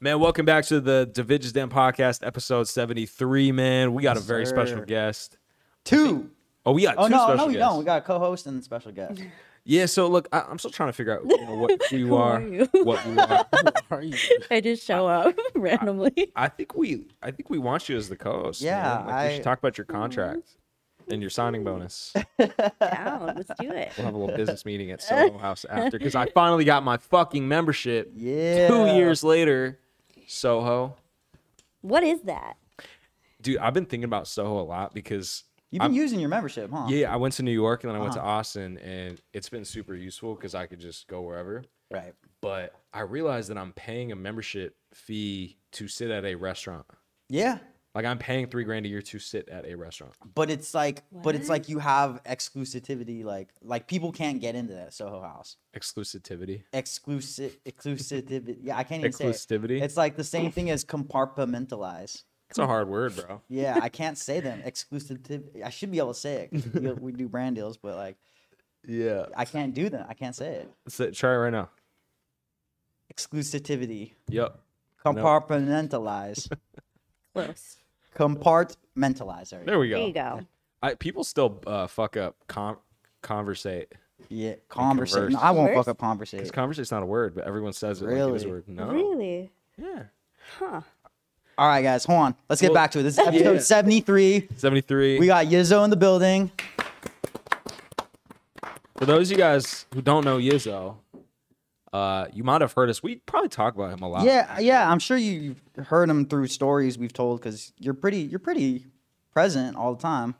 Man, welcome back to the Davidge's Den podcast, episode 73, man. We got a very special Sir. guest. Two. Oh, we got two Oh no, special no, we guests. don't. We got a co-host and special guest. Yeah, so look, I, I'm still trying to figure out you know, what who you Who are, are you? what you are. Are you? I just show up randomly. I think we I think we want you as the co-host. Yeah, man. Like, we should I- Mm-hmm. talk about your contract and your signing bonus. Down, let's do it. We'll have a little business meeting at Solo House after because I finally got my fucking membership Yeah. two years later. Soho, What is that? dude, I've been thinking about Soho a lot because You've been I'm- using your membership, huh? yeah, I went to New York and then I went to Uh-huh. Austin and it's been super useful because I could just go wherever. Right. But I realized that I'm paying a membership fee to sit at a restaurant. Yeah. Like I'm paying three grand a year to sit at a restaurant. But it's like, but it's like you have exclusivity. Like, like people can't get into that Soho House. Exclusivity. Exclusive, exclusivity. Yeah, I can't even say it. Exclusivity. It's, It's like the same thing as compartmentalize. a hard word, bro. Yeah, I can't say them. Exclusivity. I should be able to say it. 'cause we- We do brand deals, but like, Yeah. I can't do them. I can't say it. So, try it right now. Exclusivity. Yep. Compartmentalize. Close. Compartmentalize. there you There we go. There you go. I, people still uh, fuck up con conversate. Yeah, conversation. converse. No, I won't fuck Converse? up conversation. Because conversate's not a word, but everyone says it like it is a Really? word. No. Really? Yeah. Huh. All right, guys, hold on. Let's get Well- back to it. This is episode Yeah. 73. 73. We got Yizzo in the building. For those of you guys who don't know Yizzo, uh, you might have heard us. We probably talk about him a lot. Yeah, yeah. I'm sure you have heard him through stories we've told because you're pretty, you're pretty present all the time.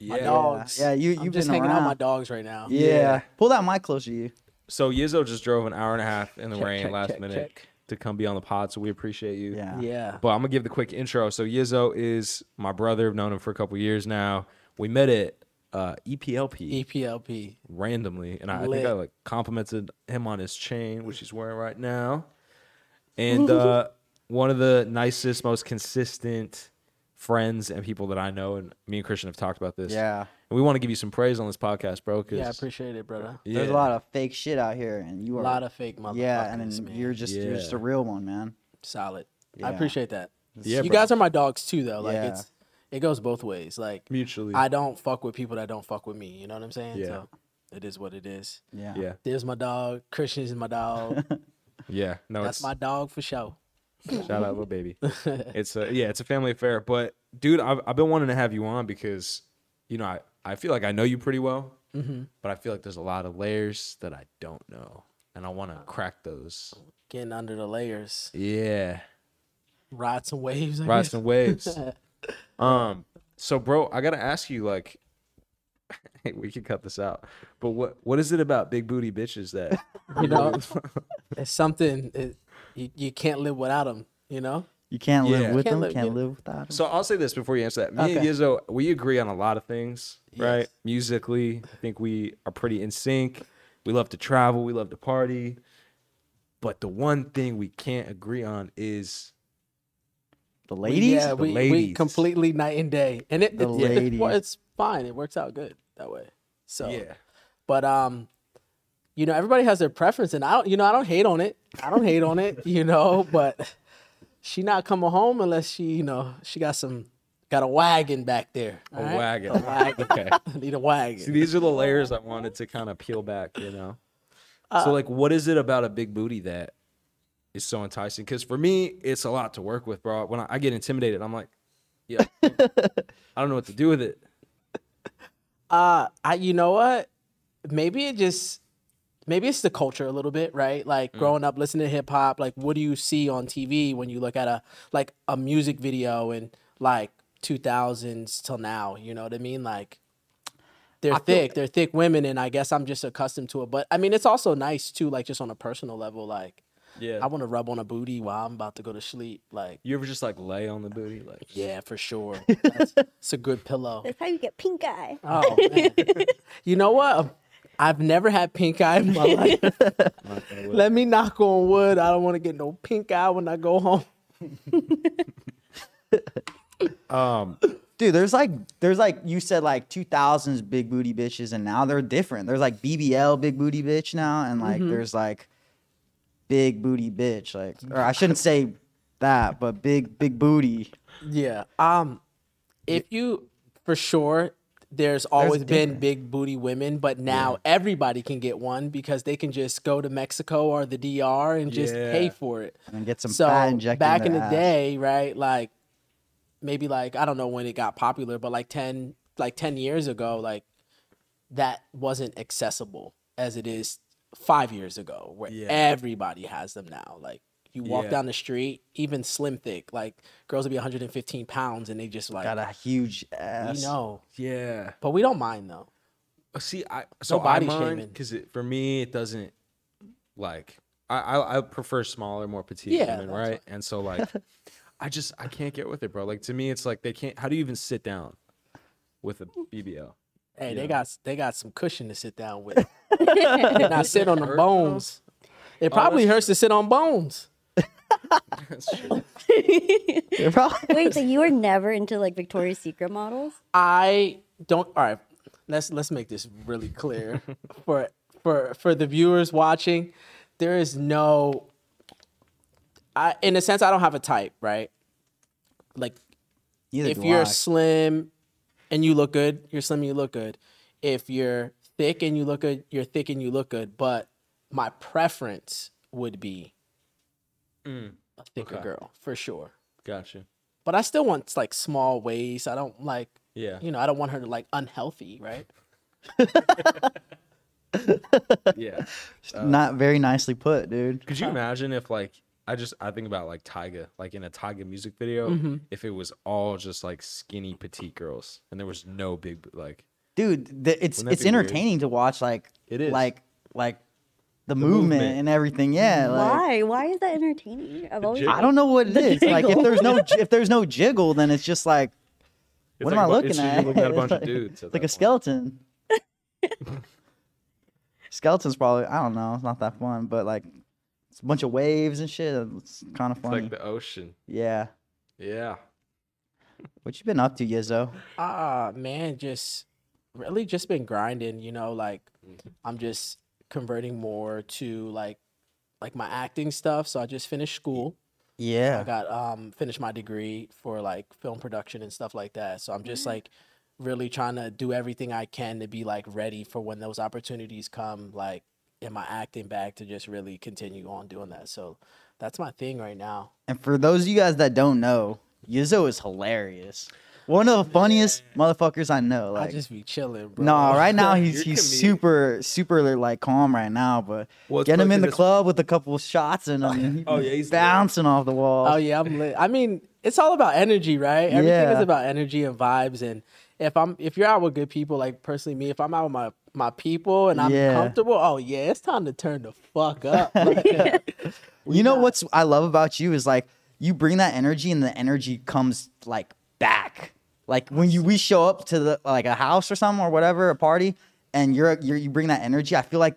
Yeah. dogs. Yeah, you, Oh, I'm you've just been hanging around. out with my dogs right now. yeah. pull that mic closer to you. So Yizzo just drove an hour and a half in the Check, rain check, last check, minute check. to come be on the pod. So we appreciate you. Yeah. Yeah. But I'm gonna give the quick intro. So Yizzo is my brother. I've known him for a couple years now. We met at uh, E EPLP EPLP. randomly, and I, I think Lit. I like complimented him on his chain, which he's wearing right now. And uh, one of the nicest, most consistent friends and people that I know, and me and Christian have talked about this. Yeah. And we want to give you some praise on this podcast, bro. Cause Yeah, I appreciate it, brother. Yeah. There's a lot of fake shit out here, and you A are lot of fake motherfuckers, yeah, and then man. you're just you're just a Yeah. real one, man. solid. Yeah. I appreciate that. Yeah, you bro. guys are my dogs too, though. Like Yeah. it's it goes both ways. Like mutually. I don't fuck with people that don't fuck with me. You know what I'm saying? Yeah. So it is what it is. Yeah. yeah, There's my dog. Christian's my dog. yeah. No, That's it's my dog for show. Shout out, little baby. it's a yeah, it's a family affair. But dude, I've, I've been wanting to have you on because you know I, I feel like I know you pretty well, Mm-hmm. but I feel like there's a lot of layers that I don't know, and I want to crack those. Getting under the layers, Yeah, ride some waves. I ride guess. some waves. um, so bro, I gotta ask you like. We could cut this out, but what what is it about big booty bitches that You know, it's something it, you you can't live without them. You know. You can't live Yeah. with Can't them. live- can't you- live without them. So I'll say this before you answer that. Me and Okay. Yizzo, we agree on a lot of things, right? Yes. Musically, I think we are pretty in sync. We love to travel, we love to party. But the one thing we can't agree on is the We- ladies. yeah, The we, we ladies. completely night and day, and it, The it- it- it's, ladies. it's fine. It works out good that way. So yeah. but um, you know, everybody has their preference, and I don't, you know, I don't hate on it. I don't hate on it, you know, but she not coming home unless she, you know, she got some, got a wagon back there. A all right? wagon. A wagon. okay. I need a See, wagon. these are the layers I wanted to kind of peel back, you know. Uh, so like what is it about a big booty that is so enticing? Because for me, it's a lot to work with, bro. When I, I get intimidated, I'm like, yeah. I don't know what to do with it. Uh, I, you know what? Maybe it just, maybe it's the culture a little bit, right? Like Mm. growing up listening to hip hop, like what do you see on TV when you look at a like a music video and like 2000s till now, you know what I mean? Like they're thick, they're thick women and I guess I'm just accustomed to it. But I mean, it's also nice too like just on a personal level like Yeah. I want to rub on a booty while I'm about to go to sleep like you ever just like lay on the booty? Like yeah, for sure. That's, it's a good pillow. That's how you get pink eye. Oh, man. you know what? I've never had pink eye in my life. Let me knock on wood. I don't want to get no pink eye when I go home. Dude, there's like there's like you said like 2000s big booty bitches and now they're different. There's like BBL big booty Mm-hmm. bitch now and like there's like big booty bitch like or I shouldn't say that, but big big booty. Yeah. Um, if you for sure, there's always been big booty women, but now everybody can get one because they can just go to Mexico or the DR and just pay Yeah. for it. And get some so fat injected back in in the their ass. day, right? Like maybe like I don't know when it got popular, but like ten like ten years ago, like that wasn't accessible as it is five years ago, where Yeah. everybody has them now. Like you walk Yeah. down the street, even slim thick, like girls will be 115 pounds and they just like Got a huge ass. we know. Yeah. But we don't mind though. Uh, See, I so body I mind shaming. because it for me it doesn't like I I, I prefer smaller, more petite Yeah, women, that's right? And so like I just I can't get with it, bro. Like to me, it's like they can't. How do you even sit down with a BBL? Hey, Yeah. they got they got some cushion to sit down with. They're not sitting on the hurt, though? bones. It probably that's hurts to sit on bones. That's true. They're probably- Wait, so you were never into like Victoria's Secret models? I don't. All right, let's let's make this really clear for for for the viewers watching. There is no, I in a sense I don't have a type, right? Like Neither if do you're I. slim and you look good, you're slim and you look good. If you're thick and you look good, you're thick and you look good. But my preference would be Mm, a thicker girl for sure. Gotcha. But I still want like small waist. I don't like Yeah. you know I don't want her to like unhealthy, right? Yeah. not very nicely put, dude. Could you imagine if like I just I think about like Tyga, like in a Tyga music video, if it was all just like skinny petite girls and there was no big like Dude, th- it's Wouldn't that it's be weird? entertaining to watch. Like It is. Like like the, movement, movement. and everything. Yeah. Like, Why? Why is that entertaining? I've always I don't know what it is. Like if jiggle. there's no j- if there's no jiggle, then it's just like it's what like am a I bu- looking it's just at? you looking at a It's bunch like, of dudes. at It's like that a point. skeleton. Skeleton's probably I don't know. It's not that fun, but like it's a bunch of waves and shit. It's kind of It's funny. like the ocean. yeah. Yeah. What you been up to, Yizzo? Ah man, just really just been grinding. You know, like Mm-hmm. I'm just converting more to like like my acting stuff. So I just finished school. I Yeah. got um finished my degree for like film production and stuff like that. So I'm just Mm-hmm. like really trying to do everything I can to be like ready for when those opportunities come, like in my acting bag to just really continue on doing that. So that's my thing right now. And for those of you guys that don't know, Yizzo is hilarious. One of the funniest motherfuckers I know. Like I just be chilling, bro. no, right now he's You're he's comedic. super super like calm right now, but Well, it's get him probably in the 'cause it's- club with a couple shots in him. Oh, yeah, he's lit. bouncing off the wall. Oh yeah, I'm lit. I mean, it's all about energy, right? Everything Yeah. is about energy and vibes. And if I'm if you're out with good people, like personally me, if I'm out with my my people and I'm Yeah. comfortable, oh yeah, it's time to turn the fuck up. Like, You know what's I love about you is like you bring that energy and the energy comes like back. Like when you we show up to the like a house or something or whatever a party, and you're, you're you bring that energy. I feel like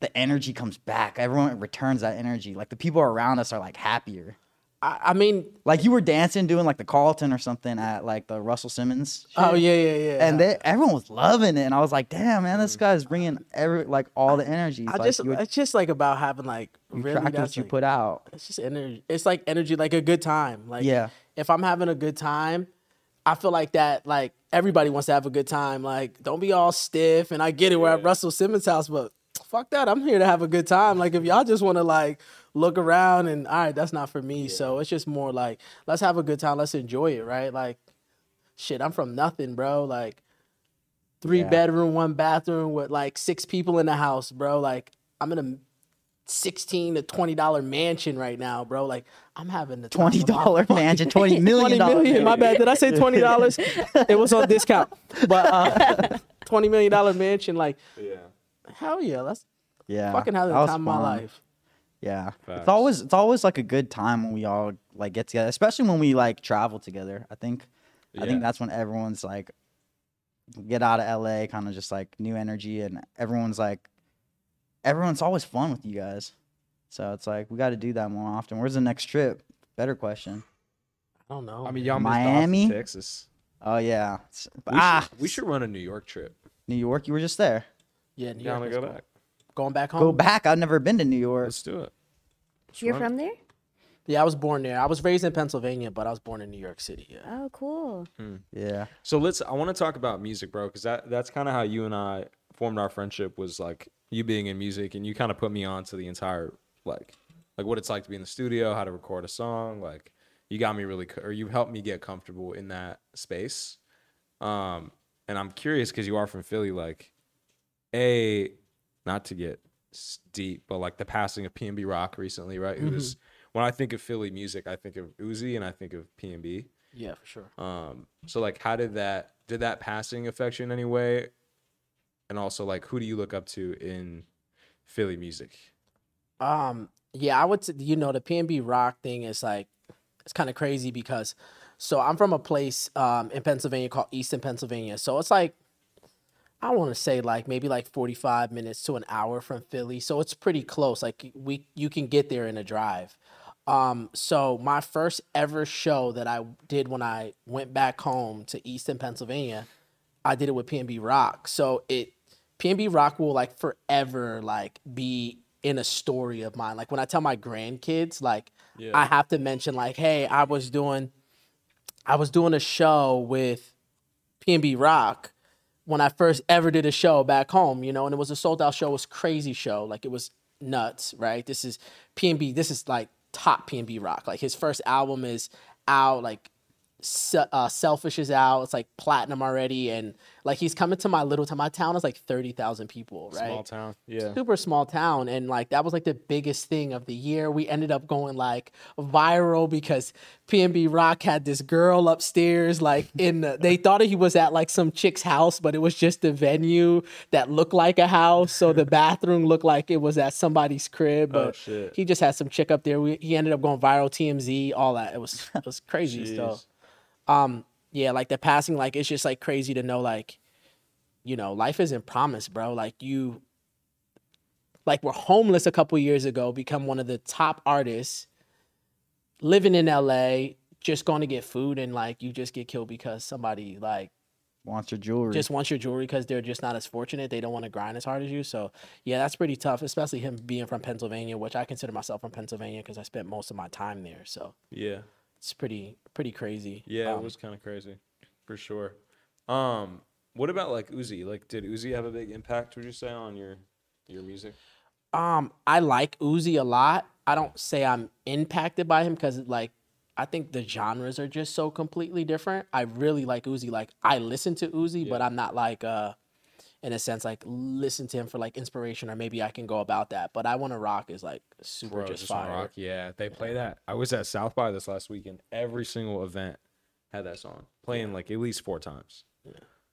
the energy comes back. Everyone returns that energy. Like the people around us are like happier. I, I mean, Like you were dancing, doing like the Carlton or something at like the Russell Simmons. shit, oh yeah, yeah, yeah. Mm. And they, everyone was loving it, and I was like, "Damn, man, this guy's bringing every like all the energy." It's I like, just you it's just like about having like really attract that's what you like- put out. It's just energy. It's like energy, like a good time. Like Yeah. if I'm having a good time, I feel like that. Like everybody wants to have a good time. Like don't be all stiff. And I get it. We're at Russell Simmons' house, but fuck that. I'm here to have a good time. Like if y'all just want to like look around and all right, that's not for me. So it's just more like let's have a good time. Let's enjoy it, right? Like shit, I'm from nothing, bro. Like three Yeah. bedroom, one bathroom with like six people in the house, bro. Like I'm in a sixteen to twenty dollar mansion right now, bro. Like I'm having the time Twenty of my- dollar mansion, twenty million Twenty dollar. million. My bad. Did I say twenty dollars? it was on discount, but uh, twenty million dollar mansion. Like Yeah. hell yeah, that's Yeah, fucking having that the was time of my fun. life. Yeah, Facts. it's always it's always like a good time when we all like get together, especially when we like travel together. I think, Yeah. I think that's when everyone's like, get out of LA, kind of just like new energy, and everyone's like, everyone's always fun with you guys. So it's like we got to do that more often. Where's the next trip? Better question. I don't know. I mean, y'all Miami? Miami, Texas. Oh yeah, It's- We ah, should, we should run a New York trip. New York. You were just there. yeah, New Yeah, York I'm is gonna go cool. back. Um, going back home. Go back. I've never been to New York. Let's do it. You're from there? Yeah, I was born there. I was raised in Pennsylvania, but I was born in New York City. Yeah. Oh, cool. Yeah. So let's. I want to talk about music, bro, because that that's kind of how you and I formed our friendship. Was like you being in music, and you kind of put me on to the entire like like what it's like to be in the studio, how to record a song. Like you got me really, co- or you helped me get comfortable in that space. Um, and I'm curious because you are from Philly. Like, a not to get s- deep, but like the passing of PNB Rock recently, right? Who is when I think of Philly music, I think of Uzi and I think of PNB. Yeah, for sure. Um, so like, how did that did that passing affect you in any way? And also, like, who do you look up to in Philly music? Um, yeah, I would. T- you know, the PNB rock thing is like, it's kind of crazy because, so I'm from a place um in Pennsylvania called Easton, Pennsylvania. So it's like, I want to say like maybe like 45 minutes to an hour from Philly. So it's pretty close. Like we, you can get there in a drive. Um, so my first ever show that I did when I went back home to Easton, Pennsylvania, I did it with PNB Rock. So it PNB Rock will like forever like be in a story of mine. Like when I tell my grandkids, like I have to mention like, hey, I was doing I was doing a show with PNB Rock when I first ever did a show back home, you know, and it was a sold out show, it was crazy show. Like it was nuts, right? This is PNB, this is like top PNB Rock. Like his first album is out, like Se- uh, Selfish is out. It's like platinum already, and like he's coming to my little town. My town is like thirty thousand people, right? Small town, yeah. super small town and like that was like the biggest thing of the year we ended up going like viral because pnb rock had this girl upstairs like in the, they thought he was at like some chick's house but it was just the venue that looked like a house so the bathroom looked like it was at somebody's crib but Oh, shit. he just had some chick up there we, he ended up going viral tmz all that it was it was crazy stuff Um, yeah, like the passing, like it's just like crazy to know, like, you know, life isn't promised, bro. Like you, like we're homeless a couple years ago, become one of the top artists, living in LA, just going to get food, and like you just get killed because somebody like Wants your jewelry. just wants your jewelry because they're just not as fortunate. They don't want to grind as hard as you. So yeah, that's pretty tough, especially him being from Pennsylvania, which I consider myself from Pennsylvania because I spent most of my time there. So Yeah. it's pretty pretty crazy. Yeah, Um, it was kind of crazy, for sure. Um, what about like Uzi? Like, did Uzi have a big impact? Would you say on your your music? Um, I like Uzi a lot. I don't say I'm impacted by him because like I think the genres are just so completely different. I really like Uzi. Like I listen to Uzi, but I'm not like uh in a sense like listen to him for like inspiration or maybe I can go about that. But I wanna rock is like super Bro, just, just wanna fire. rock. Yeah, they play that. I was at South by this last weekend. Every single event had that song playing like at least four times.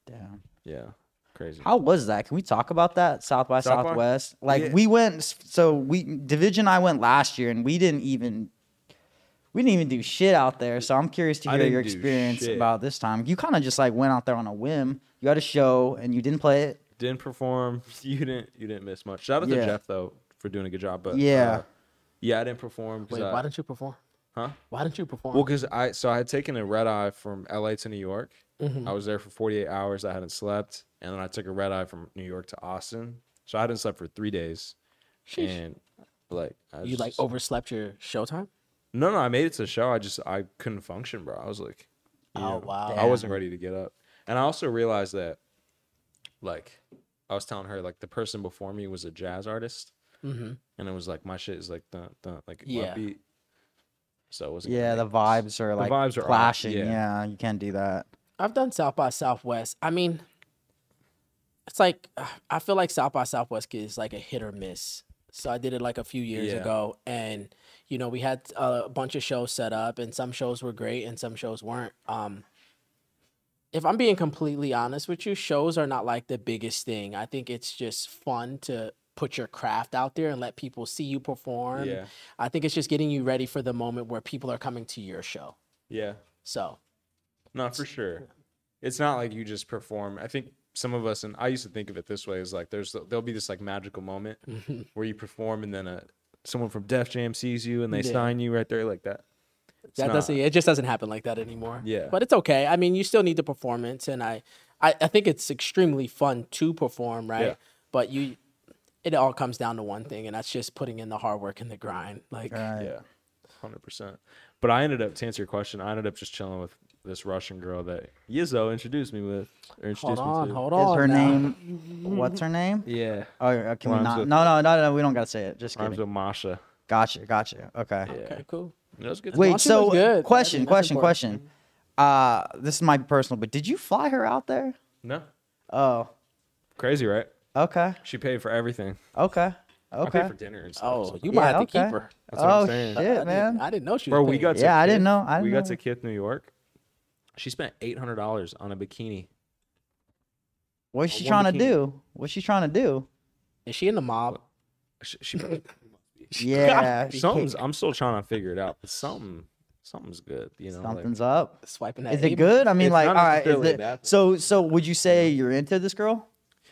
Damn. Yeah, crazy. How was that? Can we talk about that South by South by? Southwest? Like Yeah. we went, so we Division. I went last year, and we didn't even we didn't even do shit out there. So I'm curious to I hear didn't your do experience shit. about this time. You kind of just like went out there on a whim. You had a show, and you didn't play it. didn't perform. You didn't. You didn't miss much. Shout out to Yeah. Jeff though for doing a good job. But Yeah. uh, yeah, I didn't perform. 'cause Wait, I, why didn't you perform? Huh? Why didn't you perform? Well, because I so I had taken a red eye from LA to New York. Mm-hmm. I was there for 48 hours. I hadn't slept, and then I took a red eye from New York to Austin. So I hadn't slept for three days, Sheesh. and like I you like oh. just- overslept your showtime? No, no, I made it to the show. I just I couldn't function, bro. I was like, you Oh, know, wow. I wasn't ready to get up. And I also realized that, like, I was telling her like the person before me was a jazz artist, Mm-hmm. and it was like my shit is like dun, dun, like Yeah. upbeat. So it wasn't. Yeah, gonna the make- vibes are like vibes are off, clashing. yeah. Yeah. you can't do that. I've done South by Southwest. I mean, it's like I feel like South by Southwest is like a hit or miss. So I did it like a few years Yeah. ago, and you know we had a bunch of shows set up, and some shows were great, and some shows weren't. Um, if I'm being completely honest with you, shows are not like the biggest thing. I think it's just fun to put your craft out there and let people see you perform. Yeah. I think it's just getting you ready for the moment where people are coming to your show. Yeah. So Not for sure. It's not like you just perform. I think some of us, and I used to think of it this way: is like there's there'll be this like magical moment Mm-hmm. where you perform, and then a someone from Def Jam sees you and they Yeah. sign you right there like that. It's that not- doesn't it just doesn't happen like that anymore Yeah. but it's okay i mean you still need the performance and i i, I think it's extremely fun to perform right Yeah. but you it all comes down to one thing and that's just putting in the hard work and the grind like Right. Yeah. hundred percent. But I ended up to answer your question. I ended up just chilling with this Russian girl that Yizzo introduced me with, or Hold introduced on, me to. hold Is on. her now. name? What's her name? Yeah, Oh, uh, can we Rhymes not? with- no, no, no, no. We don't gotta say it. Just rhymes kidding. with Masha. Gotcha, gotcha. Okay. Okay, cool. That was good. Wait. Monty So, was good. I question, mean, that's question, important. question. Uh, this might be personal, but did you fly her out there? no, Oh, crazy, right? okay, She paid for everything. okay, I okay. paid for dinner and stuff. Oh, so- Yeah, you might have to okay. keep her. That's what I'm oh saying. I shit, didn't- man. I didn't know she was. bro, we paying. got to Yeah, I didn't Kith- know- I didn't we got know. to Kith, New York. She spent eight hundred dollars on a bikini. What's she one trying to bikini. do? What's she trying to do? Is she in the mob? She, she Yeah, something's. I'm still trying to figure it out, but something, something's good. You know, like- something's up. Swiping that. Is it aim? good? I mean, It's like, all not right. Is necessarily a it, bad Mm-hmm. so, so would you say you're into this girl?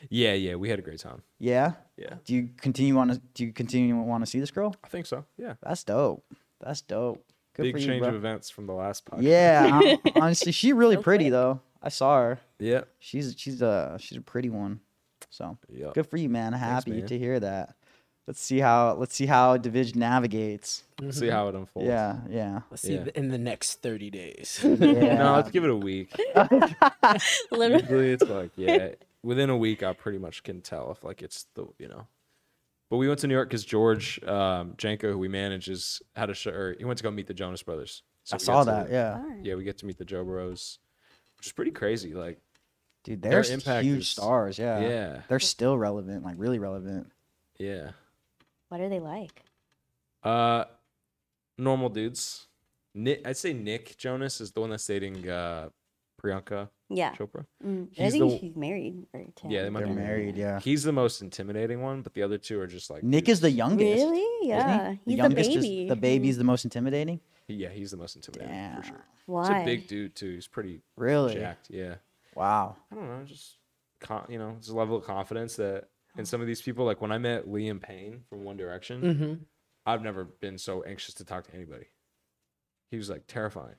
yeah, yeah. We had a great time. Yeah. Yeah. Do you continue want to? Do you continue want to see this girl? I think so. Yeah. That's dope. That's dope. Good Big for you, change bro. of events from the last podcast. Yeah, hon- honestly, she's really pretty though. I saw her. Yeah. She's she's a she's a pretty one. So Yup. good for you, man. Happy man. to hear that. Let's see how let's see how division navigates. See how it unfolds. Yeah, yeah. Let's see Yeah. th- in the next 30 days. No, yeah. let's give it a week. Literally. Usually it's like, yeah, within a week, I pretty much can tell if like it's the, you know. But we went to New York because George um, Janko, who we manage, is had a show. Or he went to go meet the Jonas Brothers. So I we saw got that. to- Yeah, Yeah, we get to meet the Joe Bros, which is pretty crazy. Like, dude, Their they're s- impact huge is- stars. Yeah, yeah, They're still relevant, like really relevant. yeah. What are they like? Uh, normal dudes. Nick, I'd say Nick Jonas is the one that's dating uh, Priyanka Yeah. Chopra. Mm. I He's think the- she's married. Or ten. Yeah, they might They're be married. Yeah. He's the most intimidating one, but the other two are just like Nick is the youngest. Really? isn't he? Yeah. The He's the youngest is- baby. the baby's the most intimidating. Yeah, he's the most intimidating for sure. He's Why? a big dude too. He's pretty Really? jacked. Yeah. Wow. I don't know. Just con- you know, just a level of confidence that in some of these people, like when I met Liam Payne from One Direction, Mm. Mm-hmm. I've never been so anxious to talk to anybody. He was like terrifying.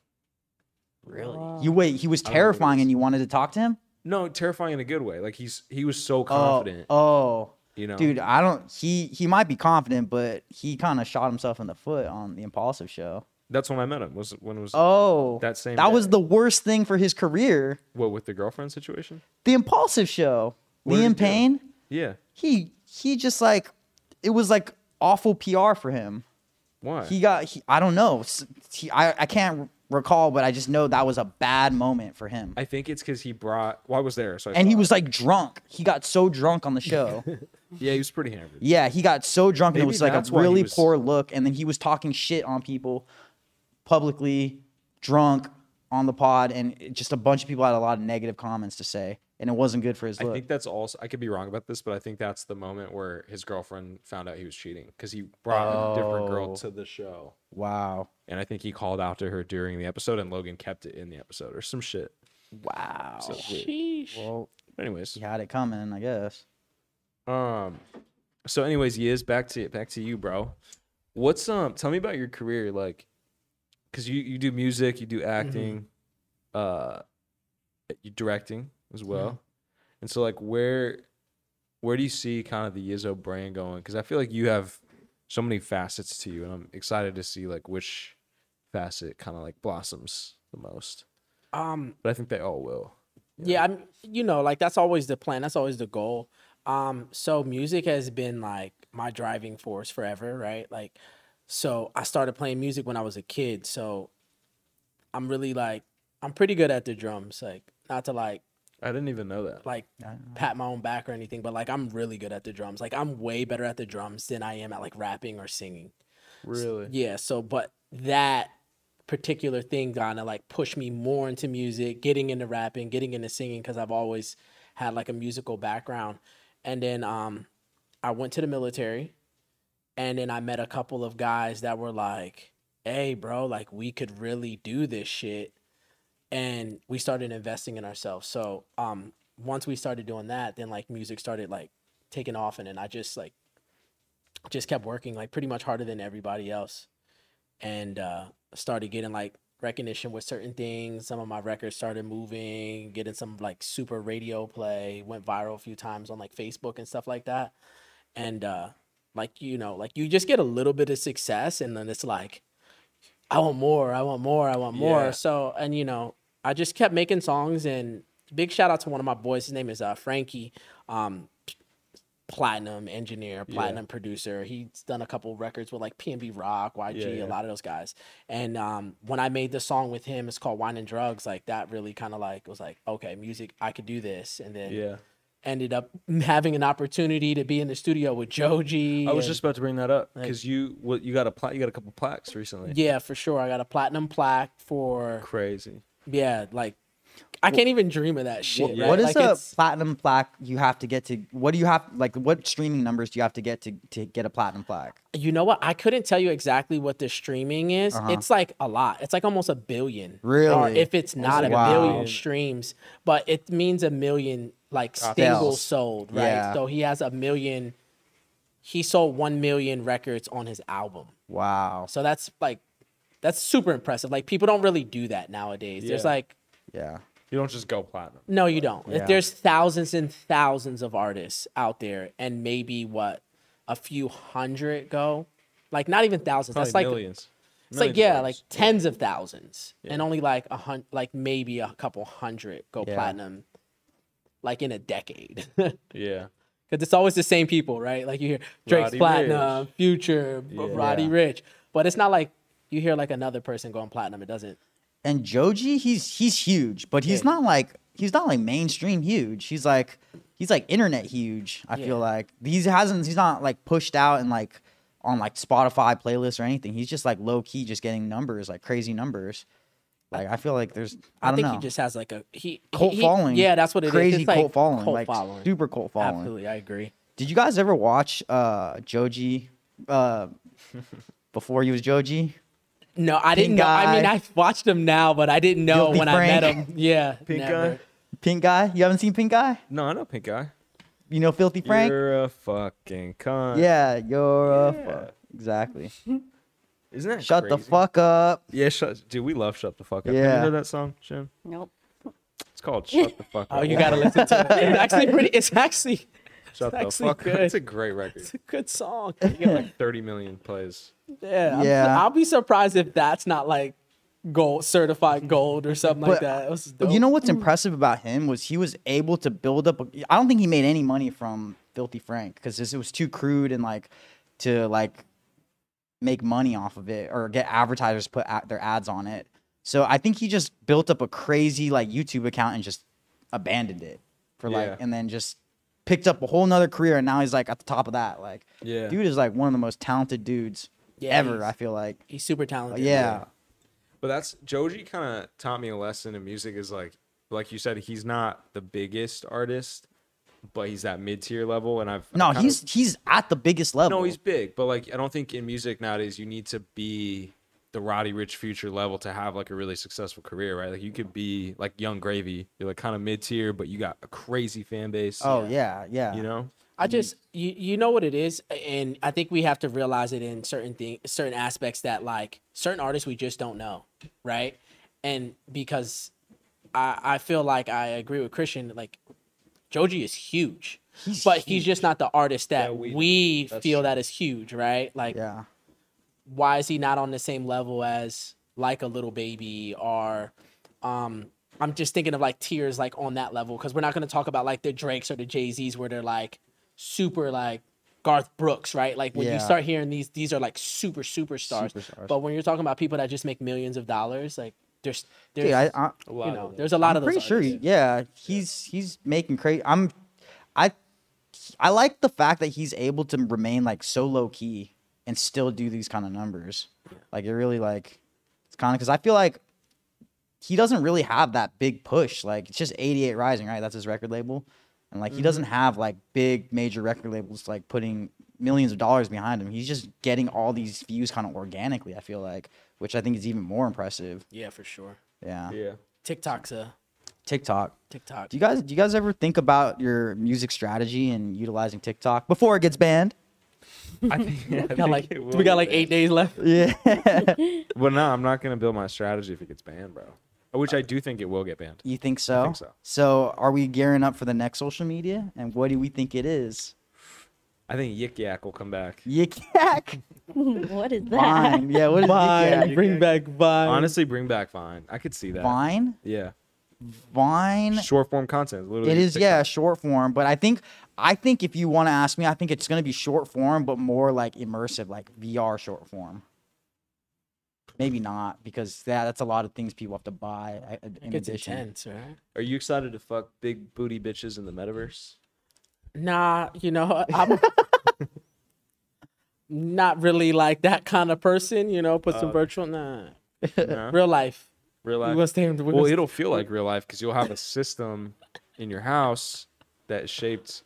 Really? You wait. He was don't know what it terrifying, is. and you wanted to talk to him. No, terrifying in a good way. Like he's he was so Oh, confident. Oh, you know, dude, I don't. He he might be confident, but he kind of shot himself in the foot on the Impulsive show. That's when I met him. Was when it was Oh, That same That was day. the worst thing for his career. what with the girlfriend situation? The Impulsive show. What did he Liam do? Payne. Yeah. He he just like it was like awful PR for him. Why? He got he, I don't know. S- He, I I can't recall, but I just know that was a bad moment for him. I think it's because he brought. Well, I was there, so I and he saw was like drunk. He got so drunk on the show. it. Yeah, he was pretty hammered. Yeah, he got so drunk and it Maybe was like that's a why he really was- poor look. And then he was talking shit on people publicly, drunk on the pod, and it- just a bunch of people had a lot of negative comments to say, and it wasn't good for his I look. think that's also. I could be wrong about this, but I think that's the moment where his girlfriend found out he was cheating because he brought a different Oh. girl to the show, Wow, and I think he called out to her during the episode, and Logan kept it in the episode or some shit. wow. So it's weird. Sheesh. Well, But anyways, he had it coming, I guess. um, so anyways, Yiz, back to back to you, bro. What's um? Tell me about your career, like, because you you do music, you do acting, uh, you directing as well, and so like where where do you see kind of the Yizzo brand going? Because I feel like you have so many facets to you, and I'm excited to see like which facet kind of like blossoms the most. Um, But I think they all will. yeah, I'm, you know, like that's always the plan. That's always the goal. Um, so music has been like my driving force forever, right? Like, so I started playing music when I was a kid. So I'm really like, I'm pretty good at the drums. Like, not to like, I didn't even know that. like pat my own back or anything, but like I'm really good at the drums. Like I'm way better at the drums than I am at like rapping or singing. Really? Yeah, so but that particular thing kinda like pushed me more into music, getting into rapping, getting into singing because I've always had like a musical background. And then um I went to the military and then I met a couple of guys that were like, Hey bro, like we could really do this shit and we started investing in ourselves. So um once we started doing that, then like music started like taking off and then I just like just kept working like pretty much harder than everybody else and uh started getting like recognition with certain things. Some of my records started moving, getting some like super radio play, went viral a few times on like Facebook and stuff like that. And uh like you know, like you just get a little bit of success and then it's like I want more, I want more, I want more. Yeah. So, and you know, I just kept making songs and big shout out to one of my boys. His name is uh, Frankie, um, platinum engineer, platinum producer. He's done a couple records with like PNB Rock, YG, Yeah, yeah. a lot of those guys. And um, when I made the song with him, it's called Wine and Drugs. Like that really kind of like was like, okay, music, I could do this. And then Yeah. ended up having an opportunity to be in the studio with Joji. I was and- just about to bring that up because you what you got a pla- you got a couple plaques recently. yeah, for sure. I got a platinum plaque for Crazy. yeah, like I can't even dream of that shit. right? What is like, a it's- platinum plaque you have to get to? What do you have like? What streaming numbers do you have to get to to get a platinum plaque? you know what? I couldn't tell you exactly what the streaming is. It's like a lot. It's like almost a billion. Or Uh-huh. Really? if it's not a like a billion billion. streams, but it means a million like Sales. singles sold, right? Yeah. So he has a million he sold 1 million records on his album. Wow. So that's like that's super impressive. Like people don't really do that nowadays. There's Yeah. like Yeah. You don't just go platinum. No, you don't. Yeah. There's thousands and thousands of artists out there, and maybe what a few hundred go, like not even thousands. Probably That's like millions. it's like Millions of yeah, like dollars. tens of thousands, and only like a hun- like maybe a couple hundred go Yeah. platinum, like in a decade. Because yeah. it's always the same people, right? Like you hear Drake's Roddy platinum, Future, B- Yeah. Roddy Rich, but it's not like you hear like another person going platinum. It doesn't. And Joji, he's he's huge, but he's Yeah. not like he's not like mainstream huge. He's like he's like internet huge. I Yeah. feel like he hasn't he's not like pushed out and like on like Spotify playlists or anything. He's just like low key, just getting numbers like crazy numbers. Like I feel like there's I, I, don't think know he just has like a he cult he- he- following. Yeah, that's what it is. crazy It's like cult following, Cult like following. super cult following. Absolutely, I agree. Did you guys ever watch uh Joji uh before he was Joji? No, I didn't Pink know. I mean, eye. I watched him now, but I didn't know Guilty when I met Frank. him. Yeah, Pink never. eye. Pink Guy? You haven't seen Pink Guy? No, I know pink eye. You know Filthy Frank? You're a fucking cunt. yeah, you're a Yeah. fuck. Exactly. Isn't that Shut the crazy? fuck up. Yeah, shut. Dude, we love shut the fuck up. Yeah. You know that song, Jim? Nope. It's called shut the fuck up. Oh, you gotta listen to it. It's actually pretty. It's actually shut the actually fuck good. up. It's a great record. it's a good song. You got like 30 million plays. Yeah, I'm- Yeah. I'll be surprised if that's not like gold, certified gold or something But- like that. It was But dope. you know what's impressive about him was he was able to build up. I I don't think he made any money from Filthy Frank because it was too crude and like to like make money off of it or get advertisers put ad- their ads on it. So I think he just built up a crazy like YouTube account and just abandoned it for like Yeah. and then just picked up a whole nother career and now he's like at the top of that. Like Yeah. dude is like one of the most talented dudes Yeah, ever. he's- I feel like he's super talented. yeah. But that's Joji kind of taught me a lesson in music is like, like you said, he's not the biggest artist, but he's that mid tier level. And I've I've No, kinda- he's he's at the biggest level. no, he's big, but like I don't think in music nowadays you need to be the Roddy Rich Future level to have like a really successful career, right? Like you could be like Young Gravy, you're like kind of mid tier, but you got a crazy fan base. Oh yeah, yeah. you know, I Mm-hmm. just you you know what it is, and I think we have to realize it in certain thing, certain aspects that like certain artists we just don't know, right? And because I I feel like I agree with Christian, like Joji is huge, but he's just not the artist that That we we, know. feel that is huge, right? Like Yeah. why is he not on the same level as like a little baby or um I'm just thinking of like tiers like on that level because we're not gonna talk about like the Drakes or the Jay Z's where they're like super like Garth Brooks, right? Like when Yeah. you start hearing these, these are like super superstars. Superstars. But when you're talking about people that just make millions of dollars, like there's there's Dude, I, I, a lot you of know them. there's a I'm lot of those pretty sure. artists. he- Yeah, he's he's making crazy. I'm, I, I like the fact that he's able to remain like so low key and still do these kind of numbers. Like it really like, it's kind of because I feel like he doesn't really have that big push. Like it's just 88 Rising, right? That's his record label, and Mm-hmm. like he doesn't have like big major record labels like putting millions of dollars behind him. He's just getting all these views kind of organically. I feel like, which I think is even more impressive. yeah for sure. Yeah. yeah. TikTok's a TikTok. TikTok. Do you guys do you guys ever think about your music strategy and utilizing TikTok before it gets banned? I think, I we got think like it will we got be like bad. eight days left. Yeah. Well, no, I'm not gonna build my strategy if it gets banned, bro. Which I do think it will get banned. You think so? think so. are we gearing up for the next social media? And what do we think it is? I think Yik Yak will come back. Yik yak. what is that? Vine. Yeah, what is Yik Vine, yak? bring back Vine. Honestly, bring back Vine. I could see that. Vine? Yeah. Vine. Short form content. is Literally It is, TikTok. yeah, short form. But I think I think if you want to ask me, I think it's gonna be short form, but more like immersive, like VR short form. Maybe not because that, that's a lot of things people have to buy uh, in it's addition. intense, right? Are you excited to fuck big booty bitches in the metaverse? Nah, you know, I'm not really like that kind of person. You know, put Uh, some virtual, nah, No? real life. Real We life. gonna stay. we Well, it'll feel like real life because you'll have a system in your house that is shaped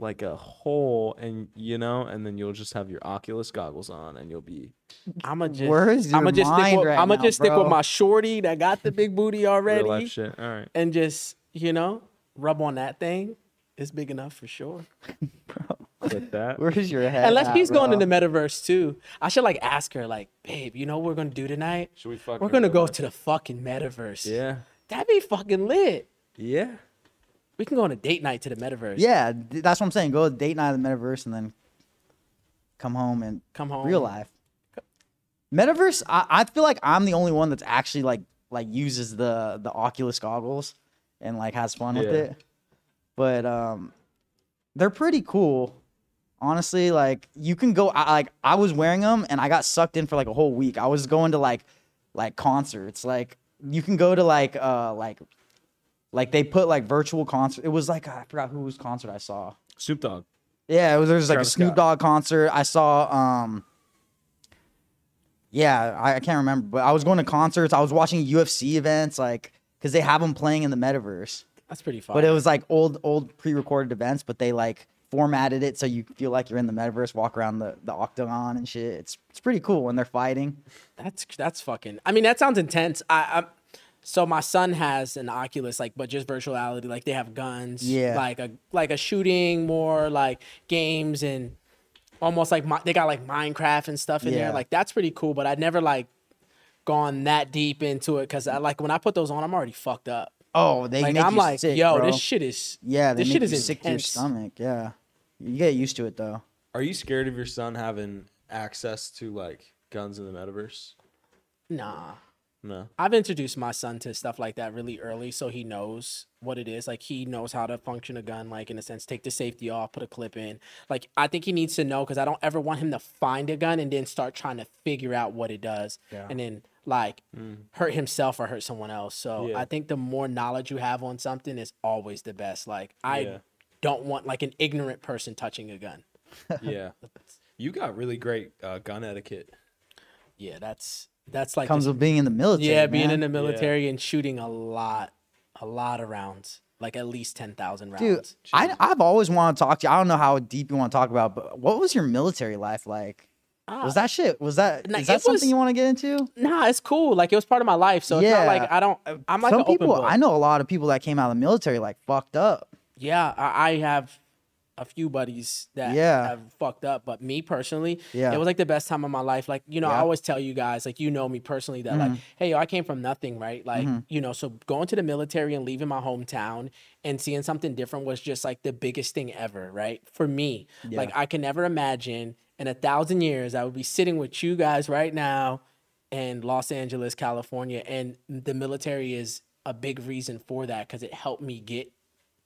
like a hole, and you know, and then you'll just have your Oculus goggles on, and you'll be I'm gonna just. Where is I'm your gonna just stick mind with. right I'm gonna now, just stick bro? with my shorty that got the big booty already, real life shit. All right. and just you know, rub on that thing. It's big enough for sure. With that. Where's your head? Unless at, she's going bro? to the metaverse too. I should like ask her, like, babe, you know what we're gonna do tonight? Should we fuck We're in gonna real go life?" to the fucking metaverse. Yeah. That'd be fucking lit. Yeah. We can go on a date night to the metaverse. Yeah, th- that's what I'm saying. Go date night in the metaverse and then come home and Come home. real life. Metaverse, I, I feel like I'm the only one that's actually like like uses the the Oculus goggles and like has fun with Yeah. it. But um they're pretty cool. Honestly, like you can go I like I was wearing them and I got sucked in for like a whole week. I was going to like like concerts. Like you can go to like uh like like they put like virtual concert. It was like I forgot whose concert I saw. Snoop Dogg. Yeah, it was, there was like Travis a Snoop Scott. Dogg concert. I saw. um Yeah, I, I can't remember, but I was going to concerts. I was watching UFC events, like because they have them playing in the metaverse. That's pretty fun. But it was like old, old pre-recorded events, but they like formatted it so you feel like you're in the metaverse, walk around the, the octagon and shit. It's it's pretty cool when they're fighting. That's that's fucking. I mean, that sounds intense. I, I so my son has an Oculus, like, but just virtuality. Like they have guns. Yeah. Like a like a shooting, more like games and almost like mi- they got like Minecraft and stuff in Yeah. there. Like that's pretty cool. But I'd never like gone that deep into it because I like when I put those on, I'm already fucked up. Oh, they Like make I'm you like, sick, yo, bro. this shit is yeah, they this make shit you is sick to your intense. stomach. Yeah, you get used to it though. Are you scared of your son having access to like guns in the metaverse? Nah. No. I've introduced my son to stuff like that really early, so he knows what it is. Like he knows how to function a gun, like in a sense, take the safety off, put a clip in. Like I think he needs to know because I don't ever want him to find a gun and then start trying to figure out what it does, and then like hurt himself or hurt someone else. So Mm. Yeah. I think the more knowledge you have on something is always the best. Like I Yeah. don't want like an ignorant person touching a gun. Yeah. You got really great uh, gun etiquette. Yeah, that's that's like Comes just- with being in the military. Yeah, being man. in the military and shooting a lot, a lot of rounds, like at least 10,000 rounds. Dude, I, I've always wanted to talk to you. I don't know how deep you want to talk about, but what was your military life like? was that shit? Was that Ah. nah, is that it something was- you want to get into? nah, it's cool. Like it was part of my life. So it's not like Yeah. I don't, I'm like Some an open people book. I know a lot of people that came out of the military like fucked up. Yeah, I, I have a few buddies that Yeah. have fucked up, but me personally, Yeah. it was like the best time of my life. Like, you know, I Yeah. Mm-hmm. always tell you guys, like, you know me personally, that like, hey, I came from nothing, right? Like, you know, so going to the military and leaving my hometown and seeing something different was just like the biggest thing ever, right? For me, like, I can never imagine in a thousand years I would be sitting with you guys right now in Los Angeles, California, and the military is a big reason for that because it helped me get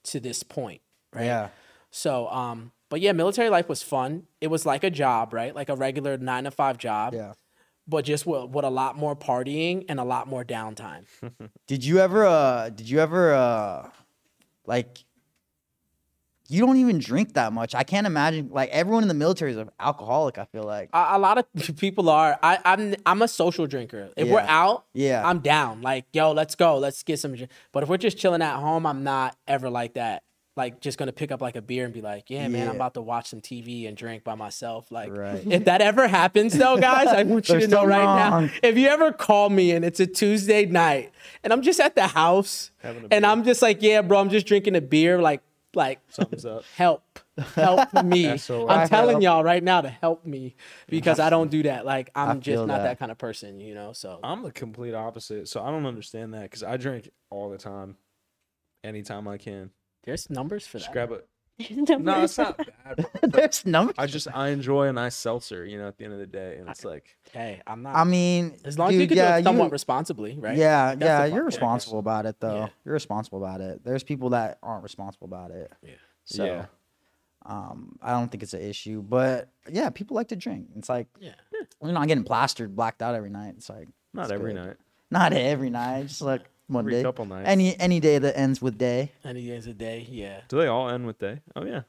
to this point, right? Yeah. So, um, but yeah, military life was fun. It was like a job, right? Like a regular nine to five job, Yeah. but just with, with a lot more partying and a lot more downtime. Did you ever uh did you ever uh like you don't even drink that much. I can't imagine like everyone in the military is an alcoholic, I feel like. a, a lot of people are. I, I'm I'm a social drinker. If we're Yeah. out, Yeah. I'm down. Like, yo, let's go, let's get some. dr- But if we're just chilling at home, I'm not ever like that. Like, just gonna pick up like a beer and be like, yeah, man, I'm Yeah. about to watch some TV and drink by myself. Like, Right. if that ever happens, though, guys, I want you to There's know something right wrong. now, if you ever call me and it's a Tuesday night and I'm just at the house Having a beer. and I'm just like, yeah, bro, I'm just drinking a beer, like, like Thumbs up. help help me SOS. i'm telling Help. y'all right now to help me because i don't do that like i'm just feel not that. that. kind of person you know so I'm the complete opposite, so I don't understand that because I drink all the time, anytime I can. there's numbers for that Just grab a No, it's not bad. bro. There's numbers. I just I enjoy a nice seltzer, you know, at the end of the day, and it's like Hey, I'm not. I mean, as long dude, as you can yeah, do it somewhat you- responsibly, right? Yeah, That's the yeah, fun you're part. responsible about it though. Yeah. You're responsible about it. There's people that aren't responsible about it. Yeah. So Yeah. um I don't think it's an issue, but yeah, people like to drink. It's like Yeah. you're not getting plastered, blacked out every night. It's like not it's every good. night, Not every night, just like one every day. couple nights. Any any day that ends with day. Any days a day, yeah. Do they all end with day? Oh yeah,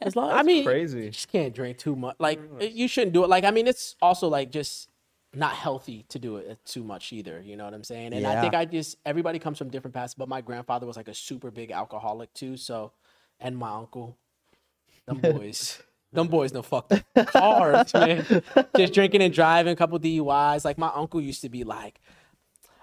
As long, I mean, crazy. you just can't drink too much. Like it- you shouldn't do it. Like I mean, it's also like just not healthy to do it eh, too much either. You know what I'm saying? And I think Yeah. I just everybody comes from different paths, but my grandfather was like a super big alcoholic too. So, and my uncle, them boys. Them boys no fuck cars, man. Just drinking and driving, couple DUIs. Like my uncle used to be like,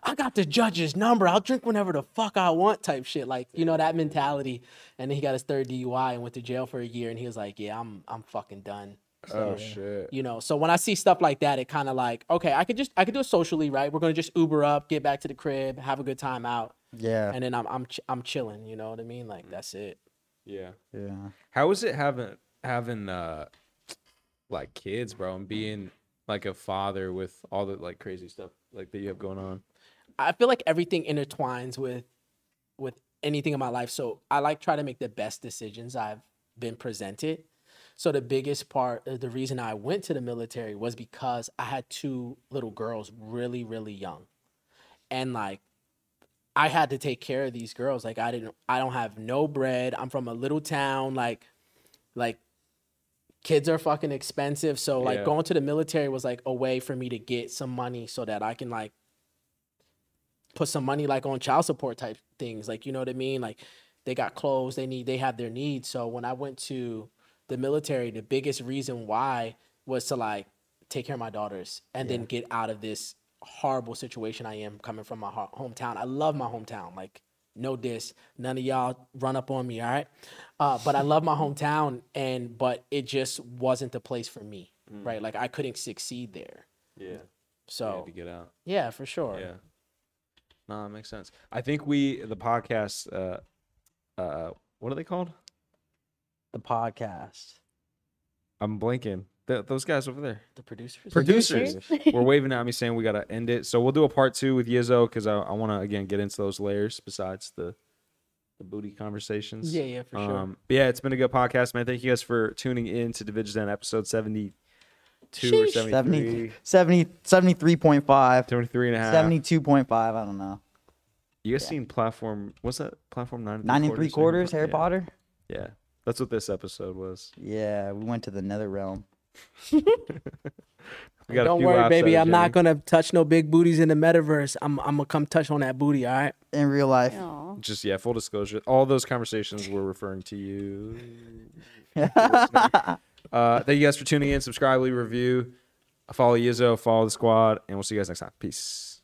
I got the judge's number. I'll drink whenever the fuck I want, type shit. Like you know that mentality. And then he got his third DUI and went to jail for a year. And he was like, "Yeah, I'm I'm fucking done." Oh shit. You know. So when I see stuff like that, it kind of like, okay, I could just I could do it socially, right? We're gonna just Uber up, get back to the crib, have a good time out, Yeah. and then I'm I'm ch- I'm chilling. You know what I mean? Like that's it. Yeah. yeah. How is it having having uh like kids, bro, and being like a father with all the like crazy stuff like that you have going on? I feel like everything intertwines with with anything in my life. So I like try to make the best decisions I've been presented. So the biggest part, uh, the reason I went to the military was because I had two little girls, really, really young, and like I had to take care of these girls. Like I didn't, I don't have no bread. I'm from a little town. Like, like kids are fucking expensive. So like Yeah. going to the military was like a way for me to get some money so that I can like put some money like on child support type things. Like, you know what I mean? Like they got clothes, they need they have their needs. So when I went to the military, the biggest reason why was to like take care of my daughters and then get out of this horrible situation I am coming from my ho- hometown. I love my hometown. Like no diss, none of y'all run up on me, all right? Uh, but I love my hometown and but it just wasn't the place for me, Mm-hmm. right? Like I couldn't succeed there. Yeah. So to yeah, get out. for sure. Yeah. No, that makes sense. I think we the podcast uh uh what are they called? The podcast. I'm blanking. Th- those guys over there. The producers. Producers were waving at me saying we gotta end it. So we'll do a part two with Yizzo because I, I wanna again get into those layers besides the the booty conversations. Yeah, yeah, for sure. Um, but yeah, it's been a good podcast, man. Thank you guys for tuning in to Division Zen episode 72 or Sheesh. 73. 70, 70 73.5. 73 and a half. 72.5, I don't know. You guys seen platform, what's that? Platform 9 and Nine and three quarters, Harry yeah. Potter? Yeah. That's what this episode was. Yeah, we went to the nether realm. We got a Don't few worry, laughs out baby. of I'm not Jimmy. gonna touch no big booties in the metaverse. I'm I'm gonna come touch on that booty. All right. In real life. Aw. Just, yeah, full disclosure. All those conversations were referring to you. uh, thank you guys for tuning in. Subscribe, leave a review. Follow Yizzo, follow the squad, and we'll see you guys next time. Peace.